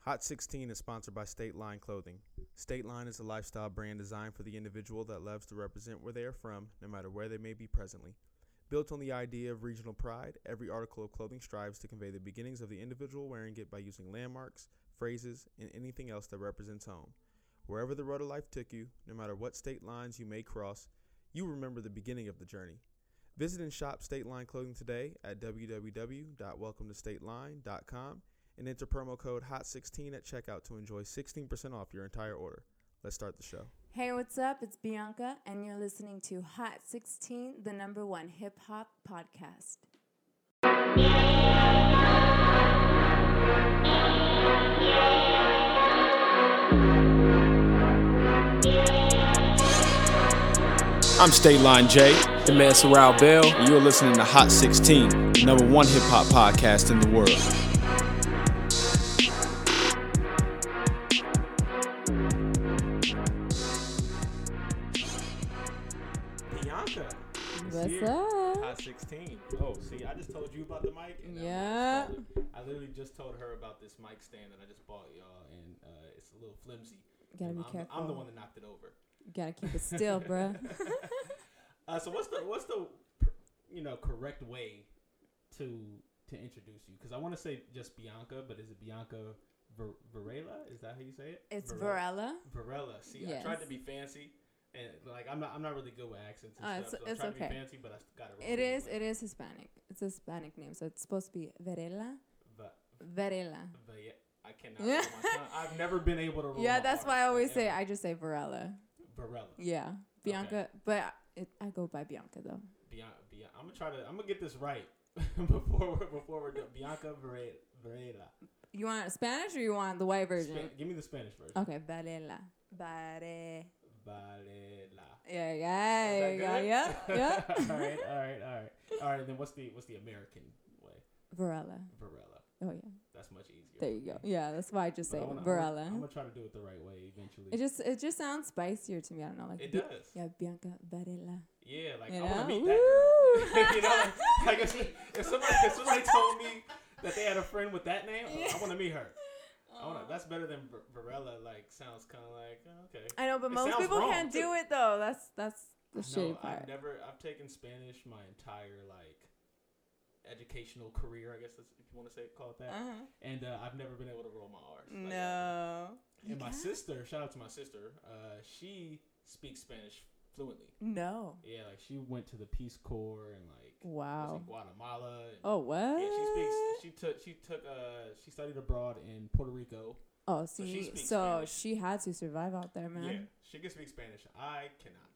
Hot 16 is sponsored by State Line Clothing. State Line is a lifestyle brand designed for the individual that loves to represent where they are from, no matter where they may be presently. Built on the idea of regional pride, every article of clothing strives to convey the beginnings of the individual wearing it by using landmarks, phrases, and anything else that represents home. Wherever the road of life took you, no matter what state lines you may cross, you remember the beginning of the journey. Visit and shop State Line Clothing today at www.welcometostateline.com and enter promo code HOT16 at checkout to enjoy 16% off your entire order. Let's start the show. Hey, what's up? It's Bianca, and you're listening to Hot 16, the number one hip hop podcast. I'm State Line J, The man Sorrel Bell. and you're listening to Hot 16, the number one hip hop podcast in the world. Bianca. is What's here. up? Hot 16. Oh, see, I just told you about the mic. And then Yeah. I, I literally just told her about this mic stand that I just bought y'all, and uh, it's a little flimsy. Gotta And be I'm, careful. I'm the one that knocked it over. Gotta keep it still, bruh. Uh, so what's the what's the you know correct way to to introduce you? Because I want to say just Bianca, but is it Bianca Ver- Varela? Is that how you say it? It's Varela. Varela. Varela. See, I tried to Yes. be fancy, and like I'm not I'm not really good with accents. And Oh, stuff, it's- so it's I tried To okay. be fancy, but I got it. wrong It is. anyway. It is Hispanic. It's a Hispanic name, so it's supposed to be Varela. Va- Varela. va- yeah, I cannot. roll my tongue. I've never been able to. Roll Yeah, Oh my that's R's, why I always like, say. ever. I just say Varela. Varela. Yeah, Bianca. But I, it, I go by Bianca though. Bianca, Bianca. I'm gonna try to. I'm gonna get this right before we're, before we're done. Bianca Vare- Varela. You want Spanish or you want the white version? Span- give me the Spanish version. Okay, Varela. Varela. Varela. Yeah, yeah, there you go. yeah, yeah. all right, all right, all right, all right. And then what's the what's the American way? Varela. Varela. Oh yeah, That's much easier. there you go. Yeah, that's why I just But say I wanna- I'm gonna- Varela. I'm gonna try to do it the right way eventually. It just it just sounds spicier to me. I don't know, like It Bi- does. yeah, Bianca Varela. Yeah, like You I want to know? meet that girl. you know, like if, if somebody if somebody told me that they had a friend with that name, oh, I want to meet her. I wanna, that's better than Var- Varela. Like sounds kind of like oh, okay. I know, but It most sounds people wrong, can't too. do it though. That's that's the No, shitty I've part. never. I've taken Spanish my entire like educational career. I guess that's, if you want to say call it that. Uh-huh. And uh, I've never been able to roll my R's. like, uh, ever. No. And my sister, shout out to my sister. Uh, she speaks Spanish fluently. No. Yeah, like she went to the Peace Corps and like was Wow. in Guatemala. And, Oh what? Yeah, she speaks. She took. She took. Uh, she studied abroad in Puerto Rico. Oh, so she see, so, speaks she, Spanish. had to survive out there, man. Yeah, she can speak Spanish. I cannot.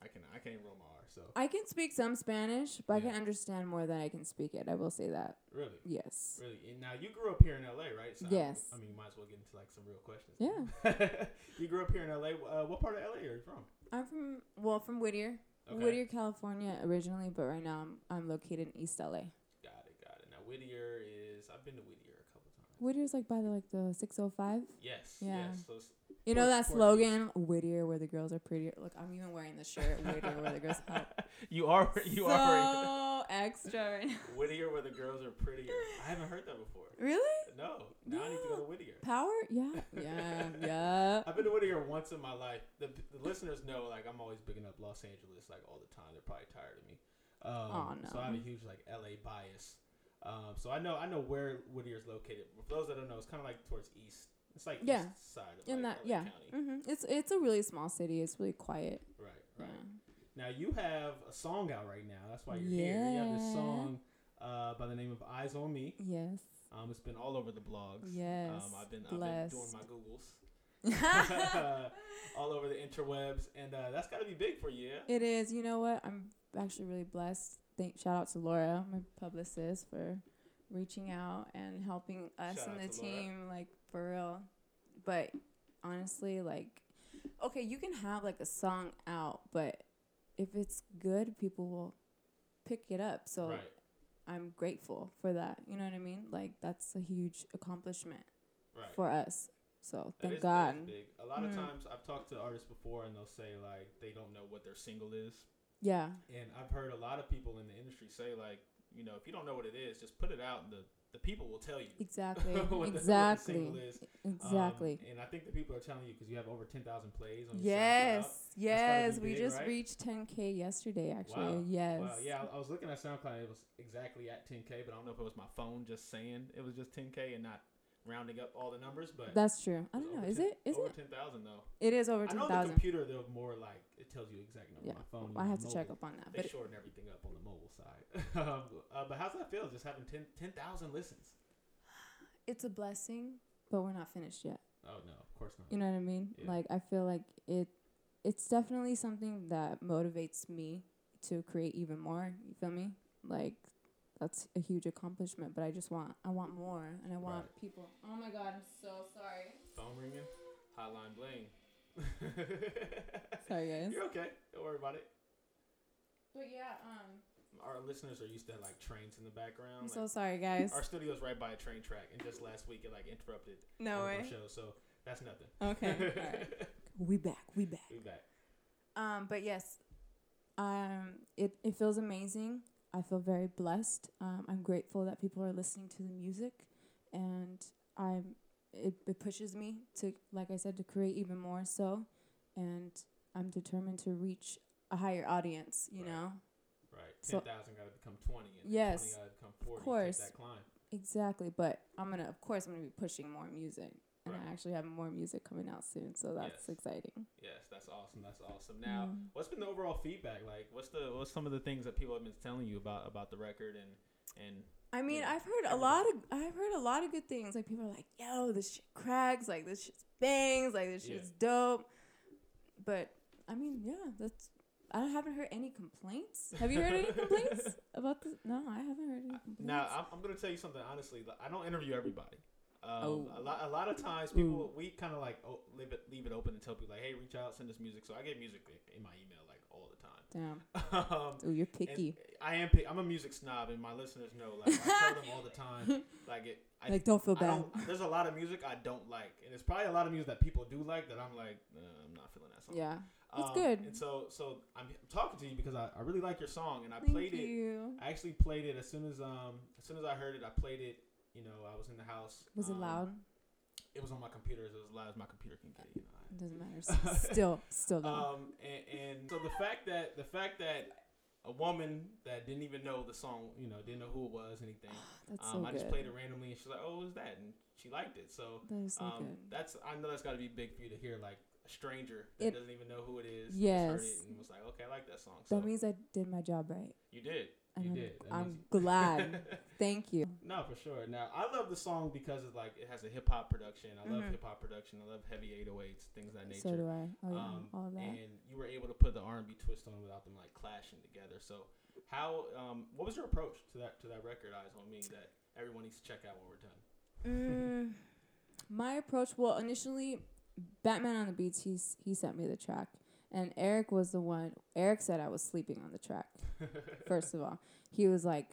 I cannot. I can't even roll my R. So I can speak some Spanish, but I Yeah. can understand more than I can speak it. I will say that. really. Yes. Really? And now you grew up here in LA, right? I- Yes. I, mean, might as well get into like some real questions. Yeah. you grew up here in LA. Uh, what part of LA are you from? I'm from well, from Whittier, Okay. Whittier, California originally, but right now I'm I'm located in East LA. Got it, got it. Now Whittier is I've been to Whittier a couple times. Whittier's like by the like the 605. Yes. Yeah. Yes. So it's- You know Towards- that towards slogan, Whittier, where the girls are prettier. Look, I'm even wearing the shirt, Whittier, where the girls are you are you so are extra right now. Whittier where the girls are prettier. I haven't heard that before. Really? No. Now I need to go to Whittier. Power? Yeah, yeah, yeah. I've been to Whittier once in my life. The, the listeners know, like, I'm always bigging up Los Angeles, like, all the time. They're probably tired of me. Um, Aw, So I have a huge, like, LA bias. Um, so I know I know where Whittier is located. For those that don't know, it's kind of like towards east. It's like Yeah. east side of In like, that, LA yeah. County. hmm It's it's a really small city. It's really quiet. Right, Mm. Yeah. right. Now you have a song out right now. That's why you're here. You have this Yeah. song uh, by the name of Eyes on Me. Yes. Um, it's been all over the blogs. Yes, Um, I've been, I've been doing blessed. my Googles. all over the interwebs, and uh, that's got to be big for you. Yeah? It is. You know what? I'm actually really blessed. Thank shout out to Laura, my publicist, for reaching out and helping us Shout out and the to Laura. team, like for real. But honestly, like, okay, you can have like a song out, but if it's good, people will pick it up. So right, I'm grateful for that. You know what I mean? Like that's a huge accomplishment right. for us. So That thank is- that God. is big. A lot of Mm. times I've talked to artists before and they'll say like they don't know what their single is. Yeah. And I've heard a lot of people in the industry say like, you know, if you don't know what it is, just put it out in the the people will tell you Exactly. what the- what the exactly. single is. Um, Exactly. and I think the people are telling you because you have over ten thousand plays on your SoundCloud. yes. Yes. be We big, just right? reached 10K yesterday, actually. Wow. Yes. Wow, yeah, I- I was looking at SoundCloud. It was exactly at 10k, but I don't know if it was my phone just saying it was just 10k and not rounding up all the numbers. But That's true. I was don't know. over Is 10 it? Is Oh, over it? 10,000 though. It is over I know on the 10,000. computer they're more like it tells you exact number. Yeah, My phone. I on have the to check mobile, up on that. They But shorten everything up on the mobile side. um, uh, but how's that feel? Just having 10 10,000 listens. it's a blessing, but we're not finished yet. Oh no, of course not. You know what I mean? Yeah. Like I feel like it it's definitely something that motivates me to create even more. You feel me? Like that's a huge accomplishment, but I just want I want more and I want Right. people. Oh my god, I'm so sorry. phone ringing, hotline bling. Sorry guys. You're okay. Don't worry about it. But yeah, um Our listeners are used to like trains in the background. I'm like, so sorry guys. Our studio's right by a train track, and just last week it like interrupted one No of our way. shows, so that's nothing. Okay. all right. We back, we back. we back. Um, but yes, um, it, it feels amazing. I feel very blessed. Um, I'm grateful that people are listening to the music, and I'm it, it pushes me to, like I said, to create even more so, and I'm determined to reach a higher audience. You Right. know, Right, So- ten thousand got to become twenty, and Yes, then twenty got to become forty. Of course. that climb. exactly. But I'm gonna, of course, I'm gonna be pushing more music, and Right. I actually have more music coming out soon, so that's Yes. exciting. Yes, that's awesome. That's awesome. Now, Mhm. what's been the overall feedback like? What's the what's some of the things that people have been telling you about about the record and and I mean, Yeah, I've heard a everybody. lot of I've heard a lot of good things. Like people are like, "Yo, this shit cracks. Like this shit's bangs. Like this Yeah. shit's dope." But I mean, yeah, that's I haven't heard any complaints. Have you heard any complaints about this? No, I haven't heard any complaints. Now, I'm, I'm going to tell you something honestly. like, I don't interview everybody. Um, Oh. a, lot, a lot of times, people, we kind of like oh, leave, it, leave it open and tell people, like, hey, reach out, send us music. So I get music in my email, like, all the time. Damn. um, Oh, you're and picky. I am pick, I'm a music snob, and my listeners know. Like, I tell them all the time. Like, it, I, like don't feel I bad. don't, there's a lot of music I don't like. And there's probably a lot of music that people do like that I'm like, uh, I'm not feeling that song. Yeah. It's Um, good. And so, so I'm talking to you because I, I really like your song, and I Thank played it. you. I actually played it as soon as um as soon as I heard it, I played it. You know, I was in the house. Was it um, loud? It was on my computer. It was as loud as my computer can get. You know. It doesn't matter. S- Still, still loud. Um, and, and so the fact that the fact that a woman that didn't even know the song, you know, didn't know who it was, anything. that's so um, I good. just played it randomly, and she's like, "Oh, what was that?" And she liked it. So, that is so um, good. that's I know that's got to be big for you to hear, like a stranger that It- doesn't even know who it is. just heard Yes. it and was like, "Okay, I like that song." So That means I did my job right. you did. And You I'm, did. That I'm means- glad. Thank you. No, for sure. Now I love the song because it's like it has a hip hop production. I love Mhm. hip hop production. I love heavy 808s, things of that nature. So do I. Oh yeah, Um, all that. and you were able to put the R and B twist on without them like clashing together. So how um, what was your approach to that to that record Eyes on Me that everyone needs to check out when we're done? Mm, my approach, well, initially, Batman on the Beats, he, s- he sent me the track. And Eric was the one, Eric said I was sleeping on the track, first of all. He was like,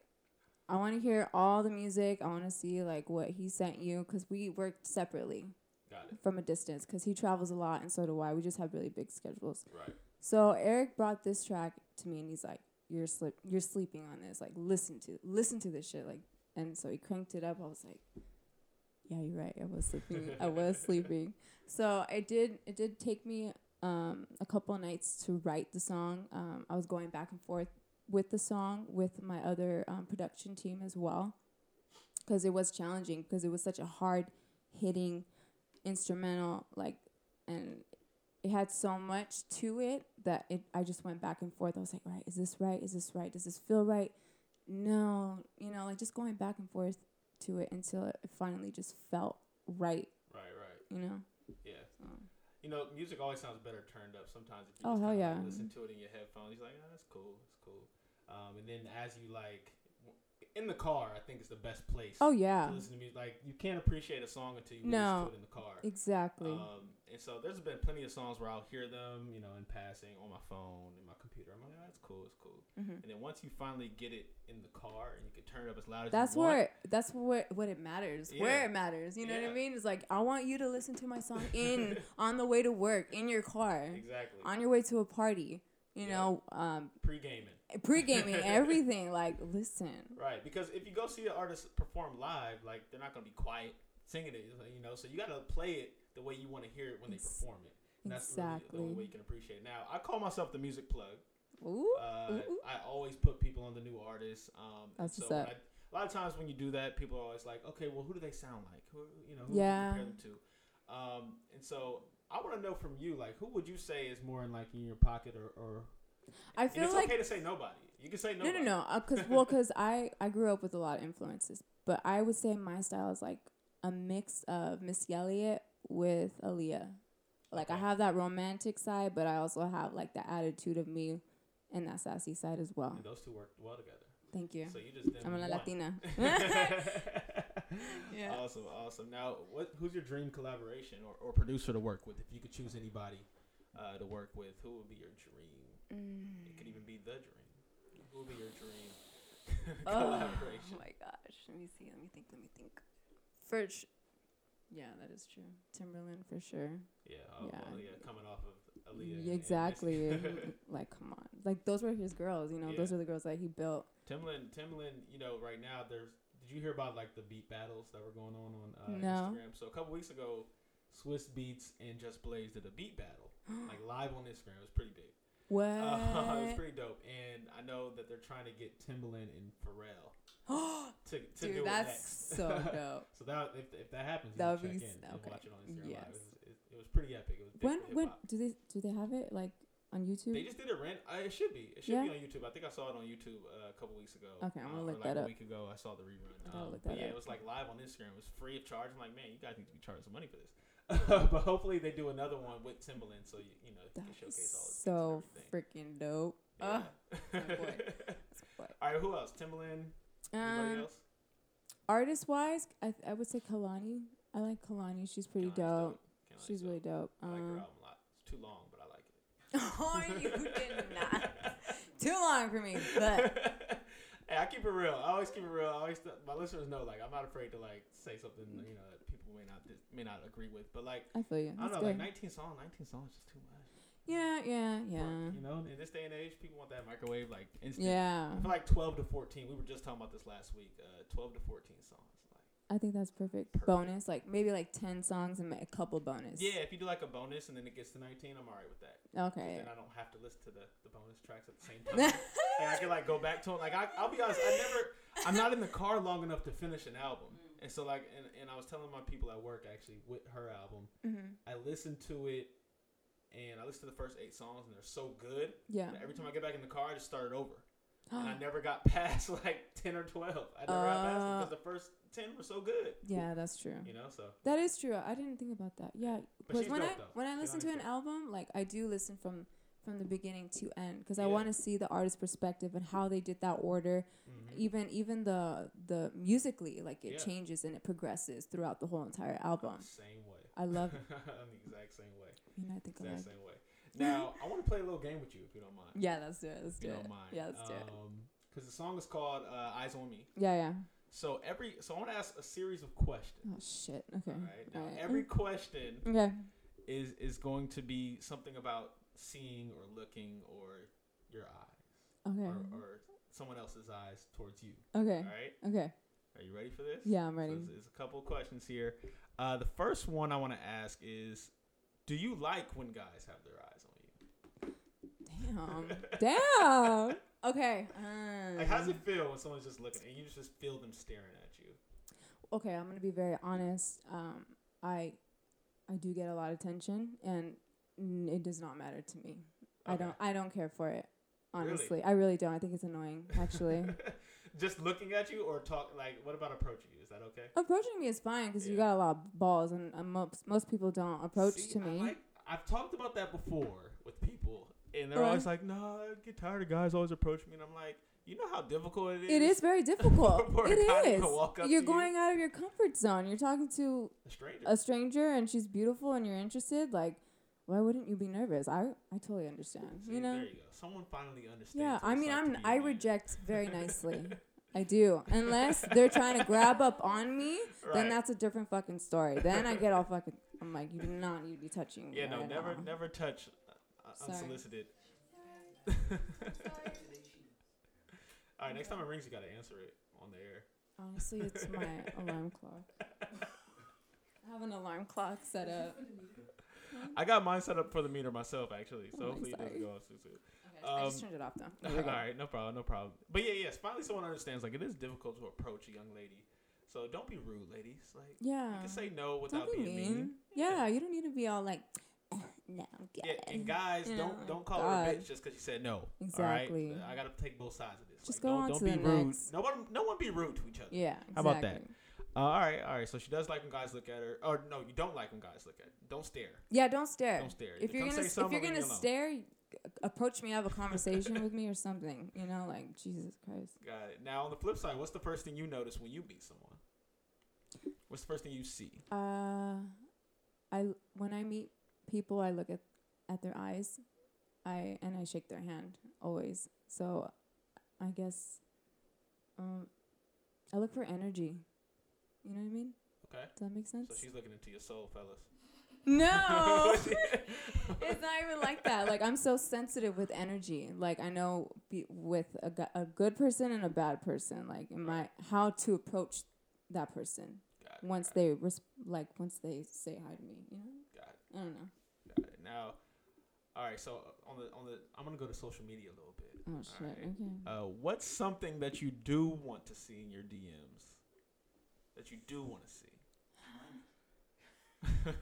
I want to hear all the music. I want to see like what he sent you because we worked separately Got it. from a distance because he travels a lot and so do I. We just have really big schedules. Right. So Eric brought this track to me and he's like, "You're sleep, you're sleeping on this. Like, listen to, listen to this shit." Like, and so he cranked it up. I was like, "Yeah, you're right. I was sleeping. I was sleeping." So it did. It did take me um, a couple nights to write the song. Um, I was going back and forth with the song with my other um, production team as well, because it was challenging. Because it was such a hard hitting instrumental, like, and it had so much to it that it, I just went back and forth. I was like, right, is this right? Is this right? Does this feel right? No, you know, like just going back and forth to it until it finally just felt right, Right. Right. you know. Yeah. So, You know, music always sounds better turned up. Sometimes if you Oh, just hell kinda, yeah. like, listen to it in your headphones, you're like, oh, that's cool, that's cool. Um, and then as you like w- in the car, I think is the best place. oh yeah, to listen to music. Like you can't appreciate a song until you No. listen to it in the car. exactly. Um, and so there's been plenty of songs where I'll hear them, you know, in passing on my phone, in my computer. I'm like, oh, that's cool, it's cool. And Mhm. then once you finally get it in the car and you can turn it up as loud as That's you want. where that's what what it matters. Where Yeah. it matters, you know what Yeah. I mean? It's like I want you to listen to my song in on the way to work, in your car, exactly. on your way to a party. You Yeah. know, um, pre gaming. pre gaming everything. Like, listen, Right, because if you go see an artist perform live, like they're not gonna be quiet singing it, you know. So you gotta play it the way you want to hear it when they Ex- perform it. And that's exactly. really the only way you can appreciate it. Now, I call myself the music plug. Ooh, Uh, ooh, ooh. I always put people on the new artists. Um, and That's so what's when up. I, a lot of times when you do that, people are always like, "Okay, well, who do they sound like? Who you know? Who Yeah. do you compare them to?" Um, and so I want to know from you, like, who would you say is more in like in your pocket, or, or I and feel it's like okay to say nobody. You can say no, nobody. no, no. uh, Cause well, cause I I grew up with a lot of influences, but I would say my style is like a mix of Missy Elliott with Aaliyah. Like I Okay. have that romantic side, but I also have like the attitude of me and that sassy side as well. And those two work well together. Thank you. So you just did I'm a one. Latina. Mm. Yeah. Awesome, awesome. Now, what? Who's your dream collaboration or, or producer to work with? If you could choose anybody uh, to work with, who would be your dream? It could even be the dream. Who would be your dream oh collaboration? my gosh. Let me see. Let me think. Let me think. For sh- yeah, that is true. Timberland for sure. Yeah, oh, Yeah. Well, yeah. Coming off of Aaliyah. and- Yeah, and exactly. Missy. And, like, come on. Like those were his girls. You know, Yeah. Uh, those were the girls that he built. Timbaland, Timbaland, you know, right now there's. Did you hear about like the beat battles that were going on on uh, No. Instagram? So a couple weeks ago, Swiss Beats and Just Blaze did a beat battle, like live on Instagram. It was pretty big. What? Uh, it was pretty dope, and I know that they're trying to get Timbaland and Pharrell to, to do Dude, it that's next. so dope. so that if, if that happens, you That that would check be in s- and okay. watch it on Instagram Yes. Live. It was, it, it was pretty epic. It was big When for when hip-hop. do they do they have it like on YouTube? They just did a rent. I, it should be. It should Mm. Yeah. be on YouTube. I think I saw it on YouTube uh, a couple weeks ago. Okay, I'm uh, gonna or look like that A up. week ago, I saw the rerun. I gotta Um, look but that yeah, it up. was like live on Instagram. It was free of charge. I'm like, man, you guys need to be charging some money for this. but hopefully, they do another one with Timbaland, so you, you know you that can is showcase all this. so freaking dope. Ugh, my boy. But, all right, who else? Timbaland. Anybody um, else? artist wise, I th- I would say Kalani. I like Kalani. She's pretty Kanye's dope. Kanye's She's really dope. I like her Um, album a lot. It's too long, but I like it. oh, you did not. Too long for me, but hey, I keep it real. I always keep it real. I always my listeners know like I'm not afraid to like say something you know that people may not may not agree with, but like I feel you. I don't That's know, good. like 19 songs, 19 songs is just too much. yeah, yeah, Work, yeah, you know, in this day and age, people want that microwave like instant. yeah. I feel like 12 to 14. We were just talking about this last week. Uh, 12 to 14 songs. Like, I think that's perfect. Perfect. Bonus, like maybe like ten songs and a couple bonus. yeah, if you do like a bonus and then it gets to 19, I'm alright with that. 'Cause Okay. Then I don't have to listen to the, the bonus tracks at the same time. and I can like go back to it. Like I, I'll be honest, I never, I'm not in the car long enough to finish an album. Mm. And so like, and, and I was telling my people at work actually with her album, Mhm. I listened to it, and I listened to the first eight songs, and they're so good. Yeah. that every time I get back in the car, I just started over, and I never got past like ten or twelve. I never got past them Uh. because the first ten were so good. yeah, that's true. You know, so That is true. I didn't think about that. Yeah, But because she's when dope, I though. when I She's listen to an honestly album, like I do listen from from the beginning to end because I Yeah. want to see the artist's perspective and how they did that order. Mm-hmm. Even even the the musically, like it Yeah. changes and it progresses throughout the whole entire album. same way. I love. I'm the exact same way. you know, I think I Exact like. same way. Now I want to play a little game with you if you don't mind. Yeah, let's do it. Let's if do you it. don't mind. Yeah, let's do it. Because Um, the song is called uh, "Eyes on Me." Yeah, yeah. So every so I want to ask a series of questions. Oh shit. Okay. All right. Now All right. every question Okay. is is going to be something about seeing or looking or your eyes Okay. or, or someone else's eyes towards you. Okay. All right. Okay. Are you ready for this? Yeah, I'm So ready. there's, there's a couple of questions here. Uh, the first one I want to ask is, do you like when guys have their eyes on you? Damn. Damn. Okay. Like, how does um, it feel when someone's just looking and you just feel them staring at you? um, okay, I'm gonna be very honest. Um, I, I do get a lot of attention, and n- it does not matter to me. I Okay. don't. I don't care for it. Really? Honestly, I really don't. I think it's annoying. Actually, just looking at you or talk like what about approaching you? Is that okay? approaching me is fine because you Yeah. got a lot of balls, and, and most most people don't approach See, to I me. like- I've talked about that before with people, and they're Right. always like, "Nah, I get tired of guys always approaching me," and I'm like, "You know how difficult it is." it is very difficult. For a guy it to is. walk up You're to you. going out of your comfort zone. You're talking to a stranger. a stranger and she's beautiful and you're interested, like, why wouldn't you be nervous? I I totally understand. See, You know? there you go. Someone finally understands. Yeah, what I it's mean, like to I'm be a I man. reject very nicely. I do. Unless they're trying to grab up on me, Right. then that's a different fucking story. Then I get all fucking I'm like, you do not need to be touching me. Yeah, no, right never, now." never touch uh, Sorry. unsolicited. All right, next time it rings, you gotta answer it on the air. Honestly, it's my alarm clock. I have an alarm clock set up. I got mine set up for the meter myself, actually, so Oh, I'm hopefully it doesn't sorry. go off too soon. I just Um, turned it off though. All right, no problem, no problem. But yeah, yes, finally someone understands. Like it is difficult to approach a young lady, so don't be rude, ladies. Like Yeah. you can say no without Don't be being mean. mean. Yeah, you don't need to be all like, no, I'm good. Yeah, and guys, You don't know, don't call her a God. bitch just because you said no. Exactly. All right, I gotta take both sides of this. Just Like, go don't, on don't to be the rude. next. No one, no one be rude to each other. Yeah. Exactly. How about that? Uh, all right, all right. So she does like when guys look at her. Or no, you don't like when guys look at. her. Don't stare. Yeah, don't stare. Don't stare. If you're Come gonna say if something, you're leave me gonna alone. stare, y- approach me, have a conversation with me or something. You know, like Jesus Christ. Got it. Now on the flip side, what's the first thing you notice when you meet someone? What's the first thing you see? Uh, I when I meet people, I look at at their eyes, I and I shake their hand always. So, I guess, um, I look for energy. You know what I mean? Okay. Does that make sense? So she's looking into your soul, fellas. No, it's not even like that. Like I'm so sensitive with energy. Like I know be, with a, gu- a good person and a bad person. Like in my how to approach that person Got it, once got they res- like once they say hi to me. You know, it, got it, I don't know. got it. Now, all right. So on the on the, I'm gonna go to social media a little bit. Oh All shit. right. Okay. Uh, what's something that you do want to see in your DMs? That you do want to see? now,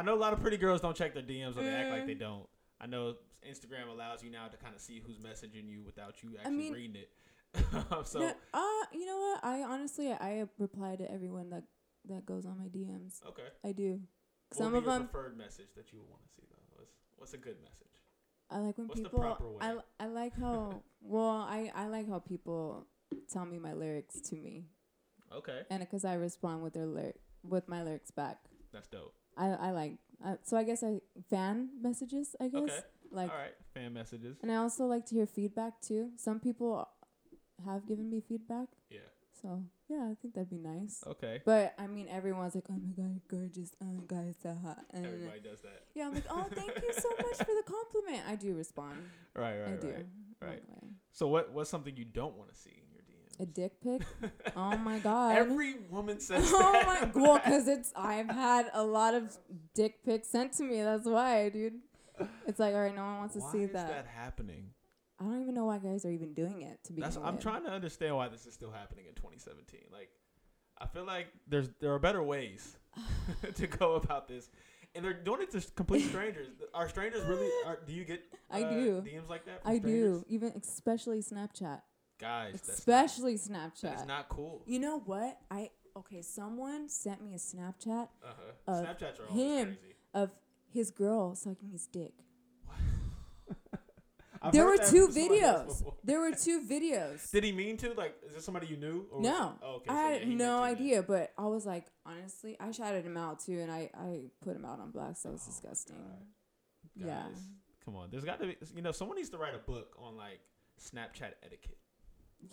I know a lot of pretty girls don't check their DMs or they act Mm. like they don't. I know Instagram allows you now to kind of see who's messaging you without you actually mean- reading it. so, No, uh, you know what? I honestly I reply to everyone that that goes on my DMs. okay. I do. What Some would of be your them preferred message that you would want to see though? What's, what's a good message? I like when What's the people. proper way? I l- I like how well I I like how people tell me my lyrics to me, Okay, and because I respond with their lyric with my lyrics back. that's dope. I I like uh, so I guess I fan messages. I guess Okay, like, all right. Fan messages. and I also like to hear feedback too. Some people have given me feedback, Yeah. so yeah, I think that'd be nice. Okay. But I mean, everyone's like, "Oh my god, you're gorgeous! Oh my god, it's so hot!" And Everybody does that. yeah, I'm like, "Oh, thank you so much for the compliment." I do respond. Right, I right, do. right. by right. the way. So what what's something you don't want to see in your DMs? A dick pic? oh my god. Every woman says oh that. my well, cause it's I've had a lot of dick pics sent to me. That's why, dude. It's like, all right, no one wants to why see is that. that happening? I don't even know why guys are even doing it. To be That's honest, I'm trying to understand why this is still happening in 2017. Like, I feel like there's there are better ways to go about this, and they're doing it to s- complete strangers. Are strangers really? Are, do you get? I uh, do. DMs like that. From I strangers? do, even especially Snapchat. Guys, that's Especially not, that Snapchat. is not cool. you know what? I okay. Someone sent me a Snapchat Uh-huh. of Snapchats are always him. crazy. of his girl sucking his dick. I've there heard were that two from someone else videos. before. There were two videos. Did he mean to? Like, is this somebody you knew? Or was No, it- oh, okay, so I yeah, had he meant no to then. idea, but I was like, honestly, I shouted him out too, and I I put him out on blast. That was Oh my disgusting. God. Yeah, Guys, Come on. There's got to be, you know, someone needs to write a book on like Snapchat etiquette.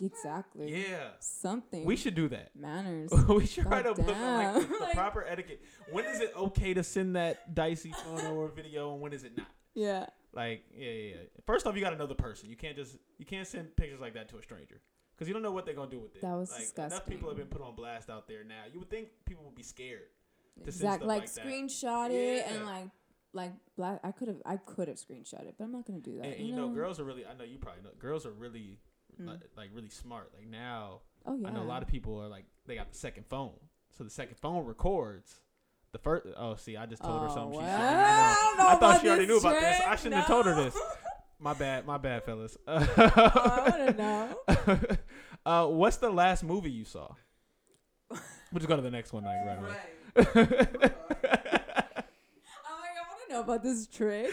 exactly. Yeah. something. We should do that. manners. we should write a book on like, Goddamn. the, the Like- proper etiquette. When is it okay to send that dicey photo or video and when is it not? yeah, Like, yeah, yeah, yeah. First off, you got to know the person. You can't just, you can't send pictures like that to a stranger. Because you don't know what they're going to do with it. That was like, Enough disgusting. people have been put on blast out there now. You would think people would be scared. send exactly. stuff Like, like that. screenshot it Yeah. and like like black. I could have I could have screenshot it, but I'm not gonna do that. And, and you know, girls are really, I know you probably know, girls are really, Mm. like, like, really smart. Like now, Oh yeah. I know a lot of people are like they got the second phone, so the second phone records the first. Oh, see, I just told her something. well, she shouldn't even know. Oh, I, don't know I about thought she already this knew about this. I trick. shouldn't have told her this. No. Oh, My bad, my bad, fellas. I wanna know. uh, what's the last movie you saw? We'll just go to the next one, like right away. I'm like, I want to know about this trick.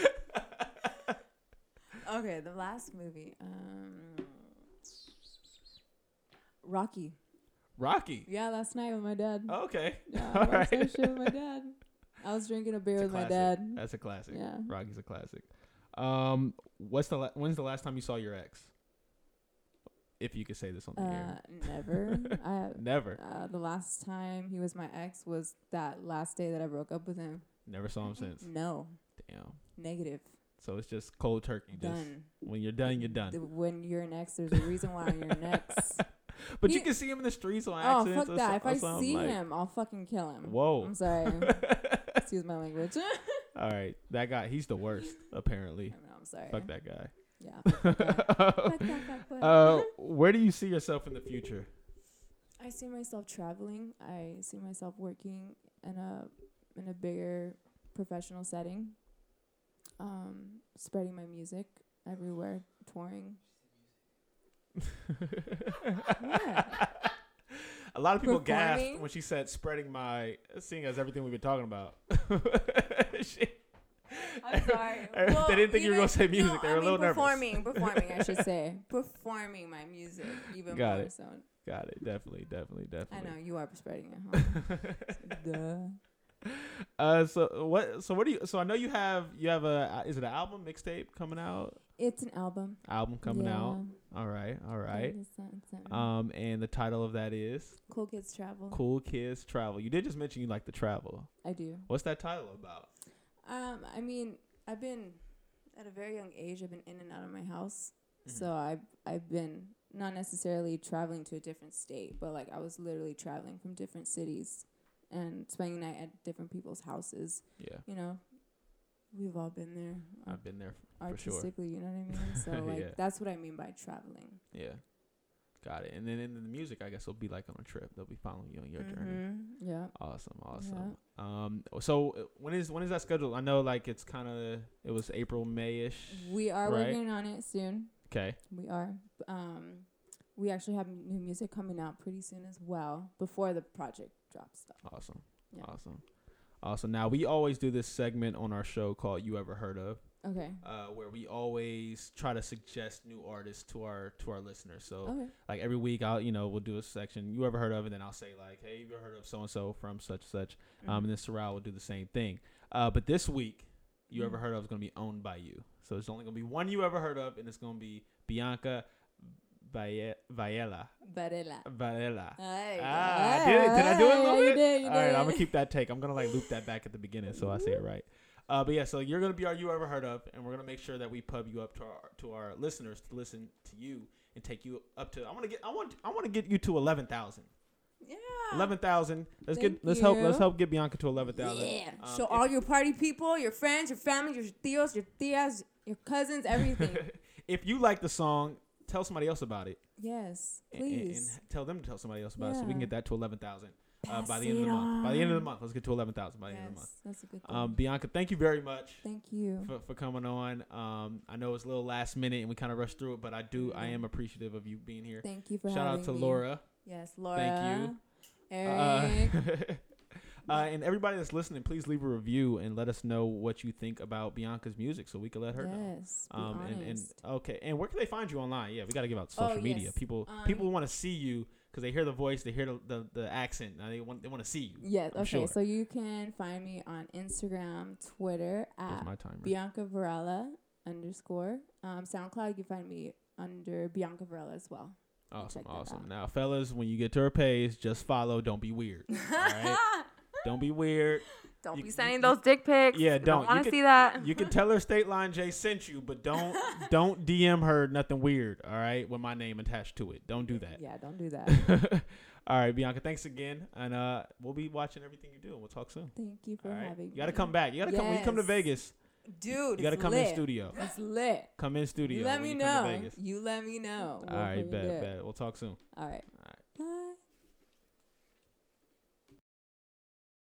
okay, the last movie. Um, Rocky. Rocky. Yeah, last night with my dad. Okay, yeah, Oh. all I watched right. that shit with my dad. I was drinking a beer It's a with my classic. dad. That's a classic. Yeah. Rocky's a classic. Um, what's the la- when's the last time you saw your ex? If you could say this on the Uh, air, never. I, never, uh, the last time he was my ex was that last day that I broke up with him. never saw him since. No, Damn. negative. So it's just cold turkey. Just Done. when you're done, you're done. The- when you're an ex, there's a reason why you're an ex. But you He- can see him in the streets on oh accidents. fuck or that! If so- or I something, see like- him, I'll fucking kill him. Whoa. I'm sorry. Excuse my language. I All right, that guy. He's the worst. Apparently. know, I'm sorry. Fuck that guy. Yeah. Fuck that, fuck that. uh, where do you see yourself in the future? I see myself traveling. I see myself working in a in a bigger professional setting. Um, spreading my music everywhere, touring. A lot of people gasped Performing? when she said spreading my seeing as everything we've been talking about. She- er, I'm sorry. They didn't think you were gonna say music. They were a little nervous. performing, Performing, I should say. performing my music even Got more it. so. Got it. Definitely, definitely, I know definitely. you are spreading it, huh? Duh. uh so what so what do you so I know you have you have a is it an album mixtape coming out? It's an album. Album coming Yeah. out. All right. All right. It's not- it's not- Um and the title of that is cool Kids Travel. Cool Kids Travel. You did just mention you like to travel. I do. What's that title about? Um, I mean, I've been at a very young age. I've been in and out of my house, so Mm-hmm. I've I've been not necessarily traveling to a different state, but like I was literally traveling from different cities and spending night at different people's houses. Mm-hmm. Yeah. You know, we've all been there ar- I've been there. Uh, for sure. artistically. You know what I mean? So like Yeah. that's what I mean by traveling. Yeah. Got it. And then in the music, I guess will be like on a trip. They'll be following you on your journey. Mhm. Yeah. Awesome, awesome. Um, so uh, when is when is that scheduled? I know like it's kind of it was April Mayish. We are Right. working on it soon. Okay. We are. B- Um, we actually have new music coming out pretty soon as well before the project drops. Though. Awesome. Yeah. Awesome. Awesome. Now we always do this segment on our show called "You Ever Heard of," Okay. uh, where we always try to suggest new artists to our to our listeners. So Okay. like every week, I'll you know we'll do a section "You Ever Heard of," and then I'll say like, "Hey, you ever heard of so and so from such and such?" Mm-hmm. Um, and then Sorrel will do the same thing. Uh, but this week, you ever Mhm. heard of is going to be owned by you. So it's only going to be one you ever heard of, and it's going to be Bianca Valle- Varela. Mm-hmm. Varela. Varela. Hey, Ah, I did, it. did I do it a little hey, you bit? did, you All right, did. I'm going to keep that take. I'm going to like loop that back at the beginning so I say it right. Uh, but yeah, so you're going to be our you ever heard of, and we're going to make sure that we pub you up to our to our listeners to listen to you and take you up to. I want to get I want I want to get you to eleven thousand. Yeah. Eleven thousand. Let's Thank get let's help let's you. help get Bianca to eleven thousand. Um, Yeah. so all your party people, your friends, your family, your tios, your tias, your cousins, everything. if you like the song, tell somebody else about it. yes, and- and- And, please. tell them to tell somebody else about it so we Yeah. can get that to 11,000 uh, by the Pass end of the it month. By the end of the on. month. Let's get to 11,000 by the end of the month. yes, that's a good thing. Um, Bianca, thank you very much Thank you. for, for coming on. Um, I know it's a little last minute and we kind of rushed through it, but I do, I Mhm. am appreciative of you being here. Thank you for Shout having out to me. Laura. Yes, Laura. you. Eric. Uh, uh, and everybody that's listening, please leave a review and let us know what you think about Bianca's music so we can let her know. yes. Be Um, honest. and, and okay, and where can they find you online? Yeah, we got to give out social Oh, media. yes. People Um, people want to see you because they hear the voice, they hear the the, the accent, now they want they want to see you. Yes. I'm okay. sure. So you can find me on Instagram, Twitter There's at my timer. Bianca Varela underscore. Um, SoundCloud, you can find me under Bianca Varela as well. awesome, check that awesome. out. Now, fellas, when you get to her page, just follow. Don't be weird. All right? don't be weird. don't You- you- dick pics. Yeah, We don't. You wanna could- that. You can tell her state line Jay sent you, but don't don't DM her nothing weird. All right, with my name attached to it. Don't do that. Yeah, don't do that. all right, Bianca. Thanks again, and uh, we'll be watching everything you do. and We'll talk soon. Thank you for All right. having me. You gotta come back. You gotta come when you come to Yes. Vegas. dude. You gotta it's come lit. in studio. It's lit. Come in studio. You let when me you come to know. Vegas. You let me know. All We'll right, figure it bet, out. bet. We'll talk soon. All right. All right. Bye.